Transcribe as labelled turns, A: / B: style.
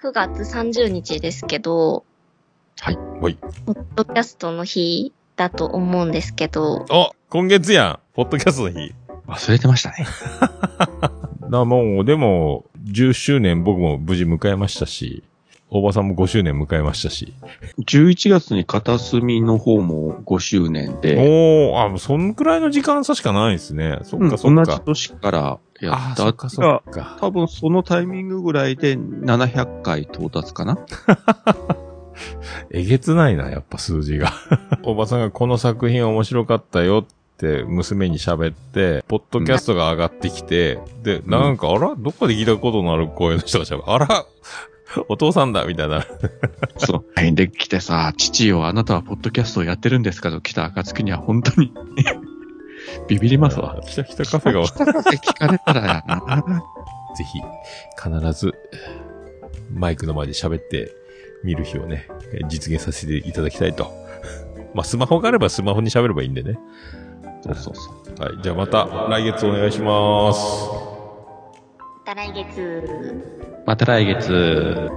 A: 9月30日ですけど、
B: はい。ほい。
A: ポッドキャストの日だと思うんですけど、
C: あ、今月やん。ポッドキャストの日。
B: 忘れてましたね。
C: な、もう、でも、10周年僕も無事迎えましたし、おばさんも5周年迎えましたし。
B: 11月に片隅の方も5周年で、
C: おー、あ、もうそんくらいの時間差しかないですね。そっかそ
B: うん
C: っ
B: 同
C: か。
B: じ年からや
C: あ
B: っ
C: ー、そ
B: た
C: っかそっか。
B: 多分そのタイミングぐらいで700回到達か な
C: えげつないな、やっぱ数 字が。おばさんがこの作品面白かったよって娘に喋って、ポッドキャストが上がってきて、で、なんか、あらどっかで聞いたことのある声の人が喋る。あらお父さんだみたいな。
B: そう。LINE で来てさ、父よ、あなたはポッドキャストをやってるんですかと来た暁には本当に、 ビビりますわ。
C: 北北カフェが
B: 北風聞かれたらやな。
C: ぜひ、必ず、マイクの前で喋って見る日をね、え実現させていただきたいと。 まあ、スマホがあればスマホに喋ればいいんでね。
B: そうそうそう。
C: はい。じゃあまた来月お願いします。
A: また来月。
B: また来月。